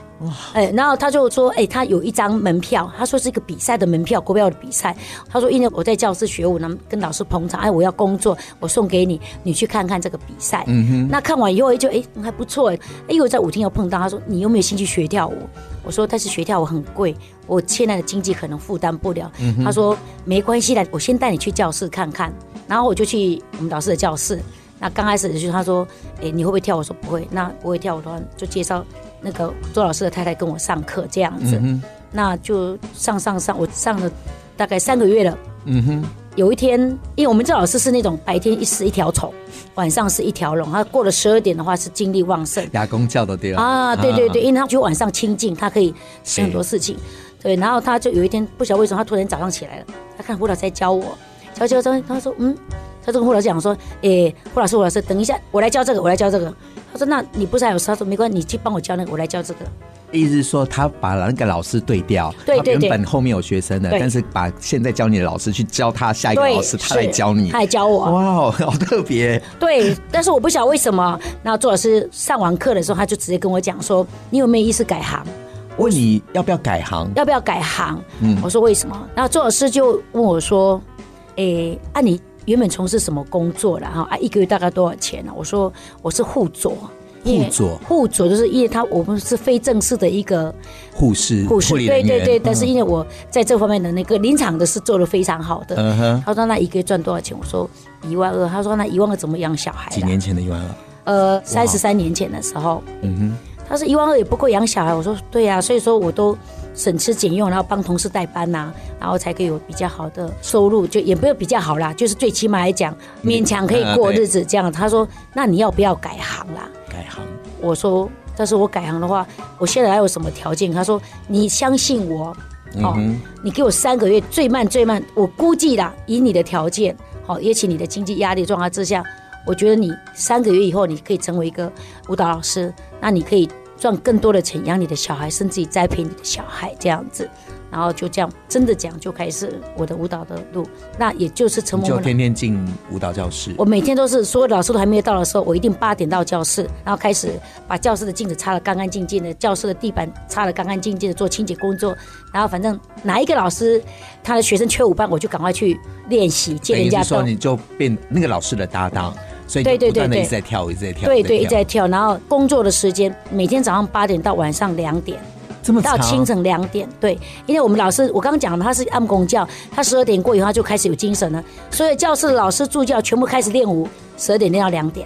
[SPEAKER 3] 哎、然后他就说，哎、他有一张门票，他说是一个比赛的门票，国标的比赛。他说，因为我在教室学舞呢，跟老师捧场，哎，我要工作，我送给你，你去看看这个比赛。嗯哼。那看完以后就，哎、还不错，哎、因为我在舞厅有碰到，他说你有没有兴趣学跳舞？我说，但是学跳舞很贵，我现在的经济可能负担不了。他说没关系的，我先带你去教室看看。然后我就去我们老师的教室。那刚开始就是他说，哎、你会不会跳？我说不会。那不会跳舞的话，就介绍那个周老师的太太跟我上课这样
[SPEAKER 2] 嗯
[SPEAKER 3] 子。那就上上上，我上了大概三个月了。
[SPEAKER 2] 嗯哼，
[SPEAKER 3] 有一天，因为我们这老师是那种白天一是一条虫，晚上是一条龙。他过了十二点的话是精力旺盛，
[SPEAKER 2] 牙工叫的对了
[SPEAKER 3] 啊，对对对，，因为他觉得晚上清静，他可以想很多事情。对，然后他就有一天不晓得为什么，他突然早上起来了，他看胡老师在教我，教教教，他说嗯，他就跟胡老师讲说，诶，胡老师，胡老师，等一下，我来教这个，我来教这个。他说那你不是还有事？他说没关系，你去帮我教那个，我来教这个。
[SPEAKER 2] 意思是说他把那个老师对调，
[SPEAKER 3] 对
[SPEAKER 2] 他
[SPEAKER 3] 对
[SPEAKER 2] 原
[SPEAKER 3] 对
[SPEAKER 2] 本后面有学生的，
[SPEAKER 3] 对
[SPEAKER 2] 但是把现在教你的老师去教他下一个老师，他来
[SPEAKER 3] 是
[SPEAKER 2] 教你
[SPEAKER 3] 他。来教我。
[SPEAKER 2] 哇 哦，好特别！
[SPEAKER 3] 对，但是我不晓得为什么，那周老师上完课的时候，他就直接跟我讲说，你有没有意思改行？
[SPEAKER 2] 问你要不要改行？
[SPEAKER 3] 要不要改行？
[SPEAKER 2] 嗯
[SPEAKER 3] 我说为什么？然后周老师就问我说，诶、啊你原本从事什么工作然后啊一个月大概多少钱啊呢、我说我是护佐。因为
[SPEAKER 2] 护佐
[SPEAKER 3] 护佐就是因为他我们是非正式的一个
[SPEAKER 2] 护士、
[SPEAKER 3] 护士，
[SPEAKER 2] 理
[SPEAKER 3] 对
[SPEAKER 2] 人
[SPEAKER 3] 对
[SPEAKER 2] 员。
[SPEAKER 3] 对，
[SPEAKER 2] 嗯
[SPEAKER 3] 但是因为我在这方面的那个临场的是做的非常好的。
[SPEAKER 2] 嗯哼，
[SPEAKER 3] 他说那一个月赚多少钱？我说一万二。他说那一万二怎么养小孩？
[SPEAKER 2] 几年前的一万二，
[SPEAKER 3] 呃，三十三年前的时候，嗯哼，他说一万二也不够养小孩，我说对呀、所以说我都省吃俭用，然后帮同事代班呐、然后才可以有比较好的收入，就也没有比较好啦，就是最起码来讲勉强可以过日子这样。他说，那你要不要改行啦？
[SPEAKER 2] 改行
[SPEAKER 3] 我说，但是我改行的话，我现在还有什么条件？他说，你相信我，
[SPEAKER 2] 嗯
[SPEAKER 3] 哦，你给我三个月，最慢最慢，我估计啦，以你的条件，好、也许你的经济压力状况之下，我觉得你三个月以后，你可以成为一个舞蹈老师，那你可以赚更多的钱养你的小孩，甚至于栽培你的小孩这样子。然后就这样，真的讲就开始我的舞蹈的路，那也就是成
[SPEAKER 2] 你
[SPEAKER 3] 为我
[SPEAKER 2] 就
[SPEAKER 3] 们
[SPEAKER 2] 天天进舞蹈教室
[SPEAKER 3] 我。每天都是所有的老师都还没有到的时候，我一定八点到教室，然后开始把教室的镜子擦得干干净净的，教室的地板擦得干干净净的，做清洁工作。然后反正哪一个老师他的学生缺舞伴，我就赶快去练习，借
[SPEAKER 2] 等
[SPEAKER 3] 人
[SPEAKER 2] 于
[SPEAKER 3] 家
[SPEAKER 2] 是
[SPEAKER 3] 的
[SPEAKER 2] 哎说，。你就变那个老师的搭档，所以你
[SPEAKER 3] 对
[SPEAKER 2] 就
[SPEAKER 3] 对
[SPEAKER 2] 不断的
[SPEAKER 3] 对
[SPEAKER 2] 一
[SPEAKER 3] 对
[SPEAKER 2] 直在跳，一直在跳，
[SPEAKER 3] 对对，一直
[SPEAKER 2] 跳
[SPEAKER 3] 在跳。然后工作的时间每天早上八点到晚上两点，
[SPEAKER 2] 这么
[SPEAKER 3] 到
[SPEAKER 2] 长，
[SPEAKER 3] 清晨两点。对，因为我们老师我刚刚讲了，他是按工教，他十二点过以后他就开始有精神了，所以教室的老师助教全部开始练舞，十二点练到两点。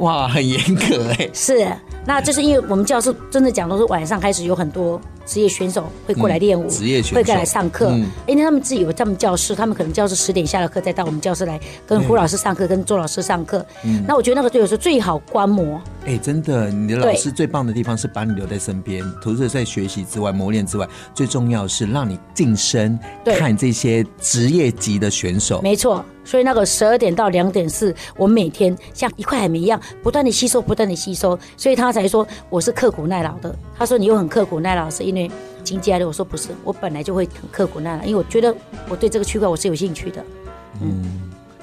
[SPEAKER 2] 哇，很严格 哎。
[SPEAKER 3] 是，那就是因为我们教室真的讲都是晚上开始有很多职业选手会过来练舞，
[SPEAKER 2] 嗯职业选手
[SPEAKER 3] 会过来上课，
[SPEAKER 2] 嗯
[SPEAKER 3] 因为他们自己有他们教室，他们可能教室十点下了课再到我们教室来跟胡老师上课，跟周老师上课。
[SPEAKER 2] 嗯
[SPEAKER 3] 那我觉得那个有时候最好观摩，
[SPEAKER 2] 哎、真的，你的老
[SPEAKER 3] 对
[SPEAKER 2] 师最棒的地方是把你留在身边，除了在学习之外、磨练之外，最重要是让你晋升，
[SPEAKER 3] 对
[SPEAKER 2] 看这些职业级的选手。
[SPEAKER 3] 没错。所以那个十二点到两点是我每天像一块海绵一样不断的吸收，不断的吸收，所以他才说我是刻苦耐劳的。他说你又很刻苦耐劳，是因为经济压力。我说不是，我本来就会很刻苦耐劳，因为我觉得我对这个区块我是有兴趣的。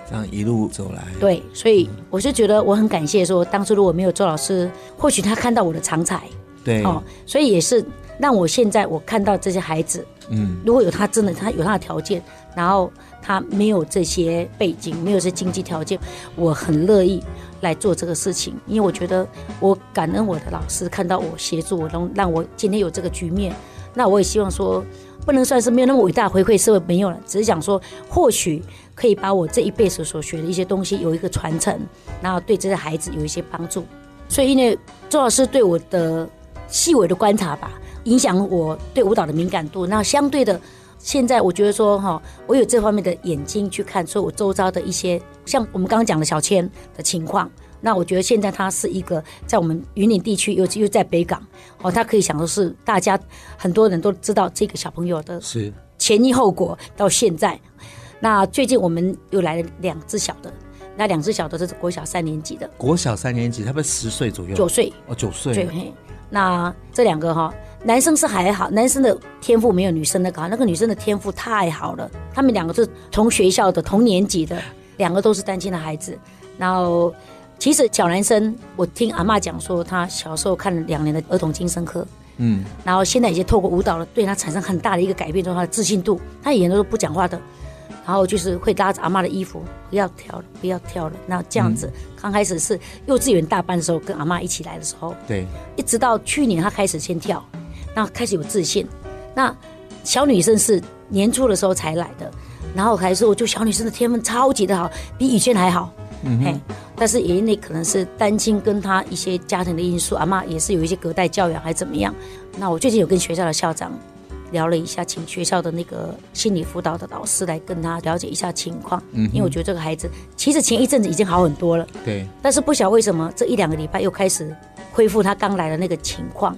[SPEAKER 2] 这样一路走来，
[SPEAKER 3] 对，所以我是觉得我很感谢说，当初如果没有周老师，或许他看到我的长才
[SPEAKER 2] 对，
[SPEAKER 3] 哦，所以也是让我现在我看到这些孩子，
[SPEAKER 2] 嗯，
[SPEAKER 3] 如果有他真的他有他的条件，然后他没有这些背景，没有这经济条件，我很乐意来做这个事情，因为我觉得我感恩我的老师看到我协助我，能让我今天有这个局面，那我也希望说。不能算是没有那么伟大回馈社会没有了，只是想说，或许可以把我这一辈子所学的一些东西有一个传承，然后对这些孩子有一些帮助。所以因为周老师对我的细微的观察吧，影响我对舞蹈的敏感度。那相对的，现在我觉得说哈，我有这方面的眼睛去看，所以我周遭的一些像我们刚刚讲的小千的情况。那我觉得现在他是一个在我们云林地区，尤其又在北港，哦，他可以想说是大家很多人都知道这个小朋友的
[SPEAKER 2] 是
[SPEAKER 3] 前因后果到现在。那最近我们又来了两只小的，那两只小的这是国小三年级的，
[SPEAKER 2] 国小三年级，差不多十岁左右，
[SPEAKER 3] 九岁，
[SPEAKER 2] 哦九
[SPEAKER 3] 对
[SPEAKER 2] 岁，
[SPEAKER 3] 嘿。那这两个哈、男生是还好，男生的天赋没有女生的高，那个女生的天赋太好了。他们两个是同学校的、同年级的，两个都是单亲的孩子。然后，其实小男生，我听阿嬷讲说，他小时候看了两年的儿童精神科，
[SPEAKER 2] 嗯，
[SPEAKER 3] 然后现在已经透过舞蹈了，对他产生很大的一个改变，就是他的自信度。他以前都是不讲话的，然后就是会拉着阿妈的衣服，不要跳了，不要跳了。那这样子，
[SPEAKER 2] 嗯
[SPEAKER 3] 刚开始是幼稚园大班的时候，跟阿妈一起来的时候，
[SPEAKER 2] 对，
[SPEAKER 3] 一直到去年他开始先跳，那开始有自信。那小女生是年初的时候才来的，然后还是我就小女生的天分超级的好，比以前还好。嗯嘿，但是也因为可能是单亲跟她一些家庭的因素，阿妈也是有一些隔代教养还怎么样。那我最近有跟学校的校长聊了一下，请学校的那个心理辅导的老师来跟他了解一下情况。嗯，因为我觉得这个孩子其实前一阵子已经好很多了。
[SPEAKER 2] 对，
[SPEAKER 3] 但是不晓得为什么这一两个礼拜又开始恢复他刚来的那个情况。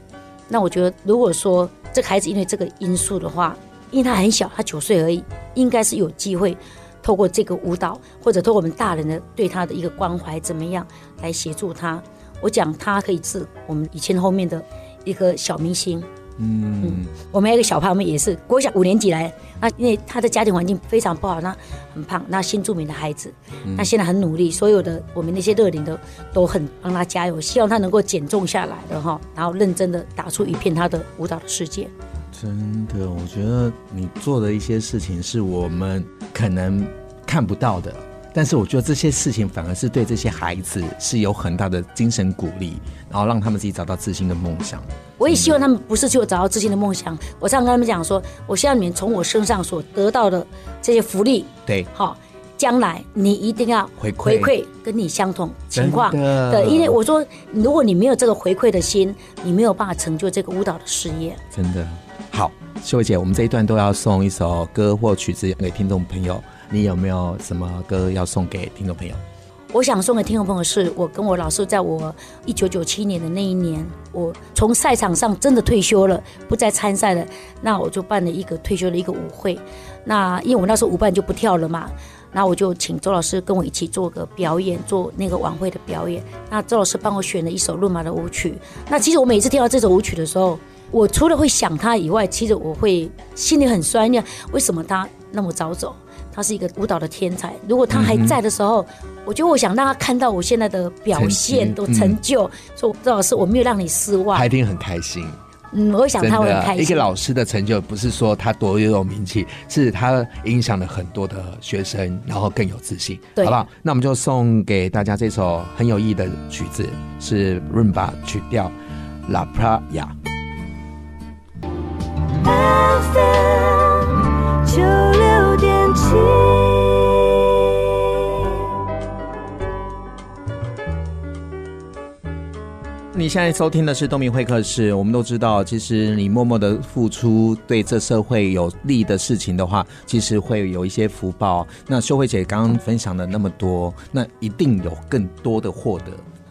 [SPEAKER 3] 那我觉得，如果说这个孩子因为这个因素的话，因为他很小，他九岁而已，应该是有机会透过这个舞蹈，或者透过我们大人的对他的一个关怀，怎么样来协助他。我讲他可以是我们以前后面的一个小明星。嗯，我们还有一个小胖妹也是国小五年级来，那因为她的家庭环境非常不好，那很胖，那新著名的孩子，那现在很努力，所有的我们那些热龄的都很帮她加油，希望她能够减重下来的哈，然后认真的打出一片她的舞蹈的世界。
[SPEAKER 2] 真的，我觉得你做的一些事情是我们可能看不到的，但是我觉得这些事情反而是对这些孩子是有很大的精神鼓励，然后让他们自己找到自信的梦想。
[SPEAKER 3] 我也希望他们不是只有找到自己的梦想。我常常跟他们讲说，我希望你们从我身上所得到的这些福利，
[SPEAKER 2] 对，
[SPEAKER 3] 好，将来你一定要
[SPEAKER 2] 回馈
[SPEAKER 3] 回馈跟你相同情况
[SPEAKER 2] 真的
[SPEAKER 3] 对，因为我说，如果你没有这个回馈的心，你没有办法成就这个舞蹈的事业。
[SPEAKER 2] 真的好，秀慧姐，我们这一段都要送一首歌或曲子给听众朋友，你有没有什么歌要送给听众朋友？
[SPEAKER 3] 我想送给听众朋友是，我跟我老师在我一九九七年的那一年，我从赛场上真的退休了，不再参赛了。那我就办了一个退休的一个舞会。那因为我那时候舞伴就不跳了嘛，那我就请周老师跟我一起做个表演，做那个晚会的表演。那周老师帮我选了一首《论马》的舞曲。那其实我每次听到这首舞曲的时候，我除了会想他以外，其实我会心里很酸呀，为什么他那么早走？他是一个舞蹈的天才，如果他还在的时候，我觉得我想让他看到我现在的表现
[SPEAKER 2] 成绩
[SPEAKER 3] 都成就，所以周老师我没有让你失望
[SPEAKER 2] 他一，定很开心，
[SPEAKER 3] 嗯，我想
[SPEAKER 2] 真
[SPEAKER 3] 他会很开
[SPEAKER 2] 的。啊一
[SPEAKER 3] 心
[SPEAKER 2] 个。老师的成就不是说他多有名气，是他影响了很多的学生，然后更有自信，
[SPEAKER 3] 对
[SPEAKER 2] 好不好？那我们就送给大家这首很有意义的曲子，是润吧曲调《La Playa》。
[SPEAKER 4] FM 九六点七。
[SPEAKER 2] 你现在收听的是东明会客室。我们都知道，其实你默默的付出对这社会有利的事情的话，其实会有一些福报。那秀慧姐刚刚分享的那么多，那一定有更多的获得。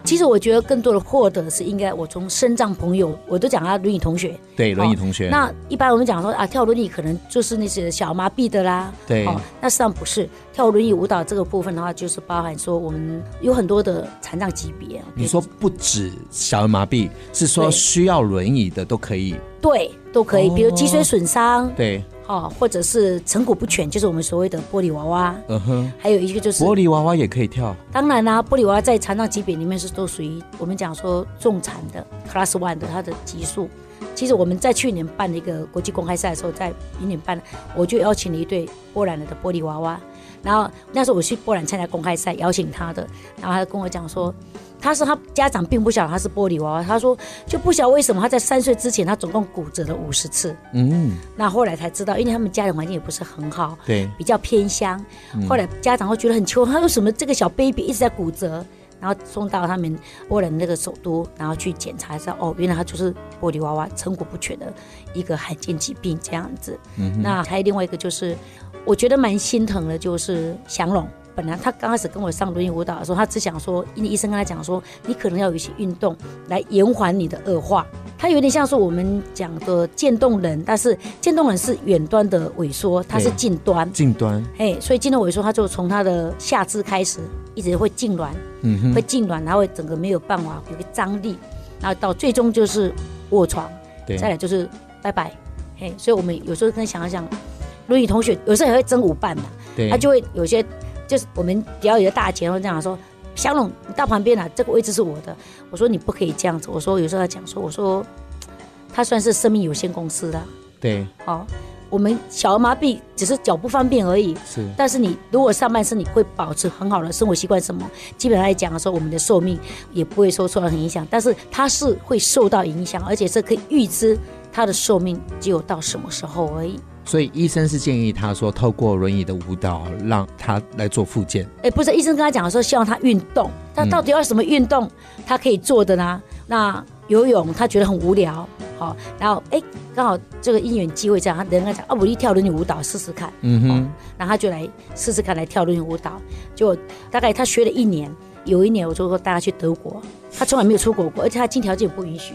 [SPEAKER 3] 其实我觉得更多的获得是应该我从身障朋友，我都讲他啊轮椅同学。
[SPEAKER 2] 对，轮椅
[SPEAKER 3] 哦
[SPEAKER 2] 同学，
[SPEAKER 3] 那一般我们讲说啊，跳轮椅可能就是那些小麻痹的啦，哦
[SPEAKER 2] 对
[SPEAKER 3] 那实际上不是，跳轮椅舞蹈这个部分的话，就是包含说我们有很多的残障级别。
[SPEAKER 2] 你说不止小儿麻痹，是说
[SPEAKER 3] 对
[SPEAKER 2] 需要轮椅的都可以。
[SPEAKER 3] 对，都可以，比如脊髓损伤，
[SPEAKER 2] 哦对，
[SPEAKER 3] 哦，或者是成骨不全，就是我们所谓的玻璃娃娃。
[SPEAKER 2] 嗯哼，
[SPEAKER 3] 还有一个就是，
[SPEAKER 2] 玻璃娃娃也可以跳。
[SPEAKER 3] 当然啦、玻璃娃娃在残障级别里面是都属于我们讲说重残的 Class One 的它的级数。其实我们在去年办的一个国际公开赛的时候，在云岭办，我就邀请了一对波兰来的玻璃娃娃。然后那时候我去波兰参加公开赛，邀请他的，然后他跟我讲说，他说他家长并不晓得他是玻璃娃娃，他说就不晓得为什么他在三岁之前他总共骨折了五十次。
[SPEAKER 2] 嗯，
[SPEAKER 3] 那后来才知道，因为他们家庭环境也不是很好，
[SPEAKER 2] 对
[SPEAKER 3] 比较偏乡。后来家长会觉得很奇怪，他为什么这个小 baby 一直在骨折？然后送到他们波兰那个首都，然后去检查一下，哦，原来他就是玻璃娃娃成果不全的一个罕见疾病这样子。那还有另外一个就是，我觉得蛮心疼的，就是祥龙。本来他刚开始跟我上轮椅舞蹈的时候，他只想说，因为医生跟他讲说，你可能要有一些运动来延缓你的恶化。他有点像是我们讲的渐冻人，但是渐冻人是远端的萎缩，它是
[SPEAKER 2] 对
[SPEAKER 3] 近端。
[SPEAKER 2] 近端，
[SPEAKER 3] 哎，所以渐冻萎缩，它就从它的下肢开始，一直会痉挛，
[SPEAKER 2] 嗯哼，
[SPEAKER 3] 会痉挛，然后整个没有办法有个张力，然后到最终就是卧床，
[SPEAKER 2] 对，
[SPEAKER 3] 再来就是拜拜。嘿，所以我们有时候跟想一想，轮椅同学有时候也会争舞伴嘛，
[SPEAKER 2] 对，
[SPEAKER 3] 他就会有些就是我们表演的大姐会这样说。小龙，你到旁边啊，这个位置是我的。我说你不可以这样子。我说有时候他讲说，我说他算是生命有限公司的
[SPEAKER 2] 对
[SPEAKER 3] 哦，我们小儿麻痹只是脚不方便而已，
[SPEAKER 2] 是，
[SPEAKER 3] 但是你如果上半身你会保持很好的生活习惯，什么基本上来讲的时候，我们的寿命也不会说受到很影响，但是它是会受到影响，而且这可以预知它的寿命只有到什么时候而已。
[SPEAKER 2] 所以医生是建议他说，透过轮椅的舞蹈让他来做复健，
[SPEAKER 3] 哎，不是，医生跟他讲说希望他运动，他到底要什么运动，他可以做的呢？那游泳他觉得很无聊，好、然后哎，刚好这个因缘机会这样，他人家讲啊，我一跳轮椅舞蹈试试看，
[SPEAKER 2] 嗯哼，
[SPEAKER 3] 然后他就来试试看来跳轮椅舞蹈，就大概他学了一年，有一年我就说带他去德国，他从来没有出国过，而且他经条件不允许。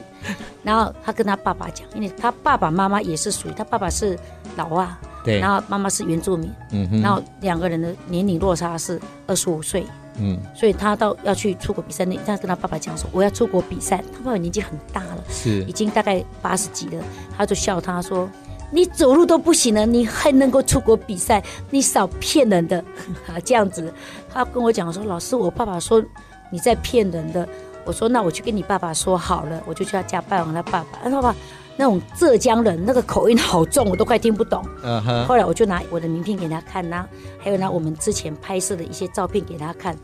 [SPEAKER 3] 然后他跟他爸爸讲，因为他爸爸妈妈也是属于他爸爸是老外，
[SPEAKER 2] 对，
[SPEAKER 3] 然后妈妈是原住民，
[SPEAKER 2] 嗯哼，
[SPEAKER 3] 然后两个人的年龄落差是二十五岁，
[SPEAKER 2] 嗯，
[SPEAKER 3] 所以他到要去出国比赛那，他跟他爸爸讲说我要出国比赛，他爸爸年纪很大了。
[SPEAKER 2] 是
[SPEAKER 3] 已，经大概八十几了，他就笑他说：“你走路都不行了，你还能够出国比赛？你少骗人的！” 啊，这样子，他跟我讲说：“老师，我爸爸说你在骗人的。”我说：“那我去跟你爸爸说好了。”我就去他家拜访他爸爸，他爸爸那种浙江人那个口音好重，我都快听不懂。
[SPEAKER 2] 嗯哼，
[SPEAKER 3] 后来我就拿我的名片给他看呐、还有拿我们之前拍摄的一些照片给他看。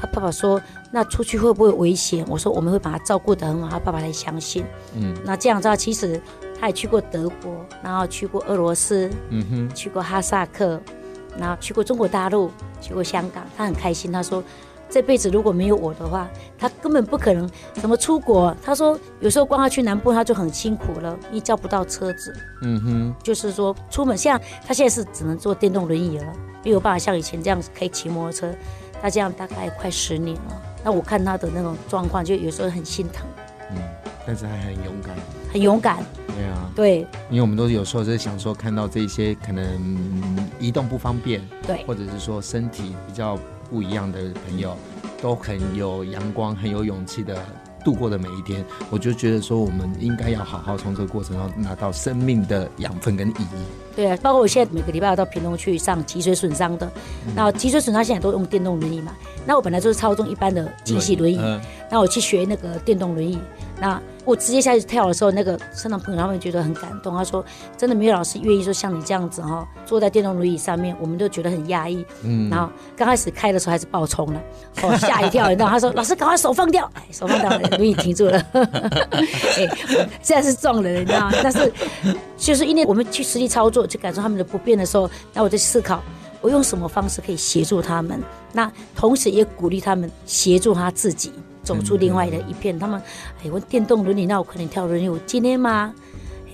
[SPEAKER 3] 他爸爸说：“那出去会不会危险？”我说：“我们会把他照顾得很好。”他爸爸才相信。
[SPEAKER 2] 嗯，
[SPEAKER 3] 那这样子啊，其实他也去过德国，然后去过俄罗斯，
[SPEAKER 2] 嗯哼，
[SPEAKER 3] 去过哈萨克，然后去过中国大陆，去过香港，他很开心。他说，这辈子如果没有我的话，他根本不可能怎么出国。他说，有时候光他去南部他就很辛苦了，因为叫不到车子，
[SPEAKER 2] 嗯哼，
[SPEAKER 3] 就是说出门像他现在是只能坐电动轮椅了，没有办法像以前这样可以骑摩托车。他这样大概快十年了，那我看他的那种状况，就有时候很心疼，
[SPEAKER 2] 但是还很勇敢，
[SPEAKER 3] 很勇敢，
[SPEAKER 2] 对啊，
[SPEAKER 3] 对
[SPEAKER 2] 因为我们都有时候是想说，看到这些可能嗯移动不方便，
[SPEAKER 3] 对。
[SPEAKER 2] 或者是说身体比较不一样的朋友，都很有阳光、很有勇气的度过的每一天。我就觉得说，我们应该要好好从这个过程中拿到生命的养分跟意义。
[SPEAKER 3] 对啊，包括我现在每个礼拜要到屏东去上脊髓损伤的，那脊髓损伤现在都用电动轮椅嘛，那我本来就是操纵一般的机器轮椅，
[SPEAKER 2] 嗯
[SPEAKER 3] 那我去学那个电动轮椅，那我直接下去跳的时候，那个身旁朋友他们觉得很感动，他说真的没有老师愿意说像你这样子哈、哦，坐在电动轮椅上面，我们都觉得很压抑。嗯，然后刚开始开的时候还是爆冲了，哦吓一跳，然后他说老师赶快手放掉，哎手放掉，轮椅停住了。 哎，我现在是撞人，你知道吗？但是就是因为我们去实际操作，去感受他们的不便的时候，那我在思考。我用什么方式可以协助他们？那同时也鼓励他们协助他自己走出另外的一片。他们，哎，我电动轮椅，那我可能跳轮椅，我今天吗？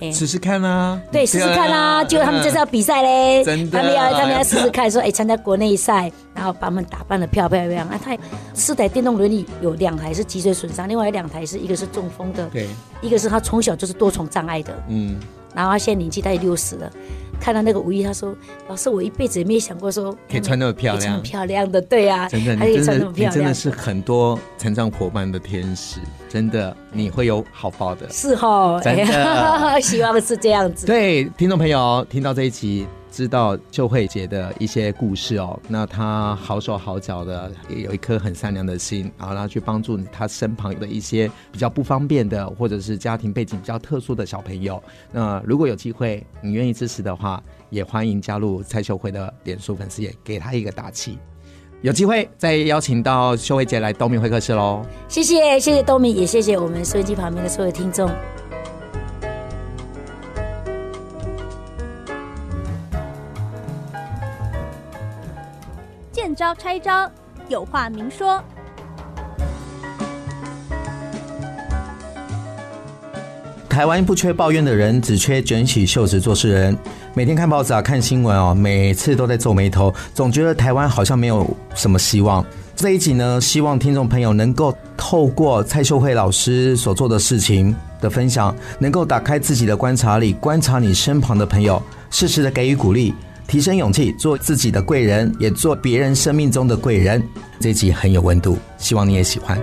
[SPEAKER 3] 哎，
[SPEAKER 2] 试试看啊，
[SPEAKER 3] 对，试试看啦、结果他们这次要比赛嘞，
[SPEAKER 2] 真的啊
[SPEAKER 3] 他们要他们要试试看，说哎参加国内赛，然后把他们打扮的漂漂亮亮。啊，他四台电动轮椅有两台是脊髓损伤，另外有两台是一个是中风的，
[SPEAKER 2] 对，
[SPEAKER 3] 一个是他从小就是多重障碍的，
[SPEAKER 2] 嗯，
[SPEAKER 3] 然后他现在年纪大概六十了。看到那个吴仪，他说：“老师，我一辈子也没有想过说
[SPEAKER 2] 可以穿那么漂
[SPEAKER 3] 可以穿
[SPEAKER 2] 亮
[SPEAKER 3] 很，漂亮的，对呀、啊，
[SPEAKER 2] 真的，
[SPEAKER 3] 还
[SPEAKER 2] 你
[SPEAKER 3] 可
[SPEAKER 2] 真
[SPEAKER 3] 以穿
[SPEAKER 2] 的
[SPEAKER 3] 那么，
[SPEAKER 2] 你
[SPEAKER 3] 漂
[SPEAKER 2] 真
[SPEAKER 3] 亮
[SPEAKER 2] 的，是很多成长伙伴的天使，真的，你会有好报的。
[SPEAKER 3] 是哈，
[SPEAKER 2] 真的啊
[SPEAKER 3] 希望是这样子。
[SPEAKER 2] 对，听众朋友听到这一集，知道秀慧姐的一些故事哦。那她好手好脚的，也有一颗很善良的心，然后她去帮助她身旁的一些比较不方便的，或者是家庭背景比较特殊的小朋友。那如果有机会，你愿意支持的话，也欢迎加入蔡秀慧的脸书粉丝页，给她一个打气。有机会再邀请到秀慧姐来东明会客室喽。
[SPEAKER 3] 谢谢，谢谢东明，也谢谢我们收音机旁边的所有听众。
[SPEAKER 4] 见招拆招，有话明说。
[SPEAKER 2] 台湾不缺抱怨的人，只缺卷起袖子做事人。每天看报纸啊，看新闻哦，每次都在皱眉头，哦总觉得台湾好像没有什么希望。这一集呢，希望听众朋友能够透过蔡秀慧老师所做的事情的分享，能够打开自己的观察力，观察你身旁的朋友，适时的给予鼓励，提升勇气，做自己的贵人，也做别人生命中的贵人。这一集很有温度，希望你也喜欢。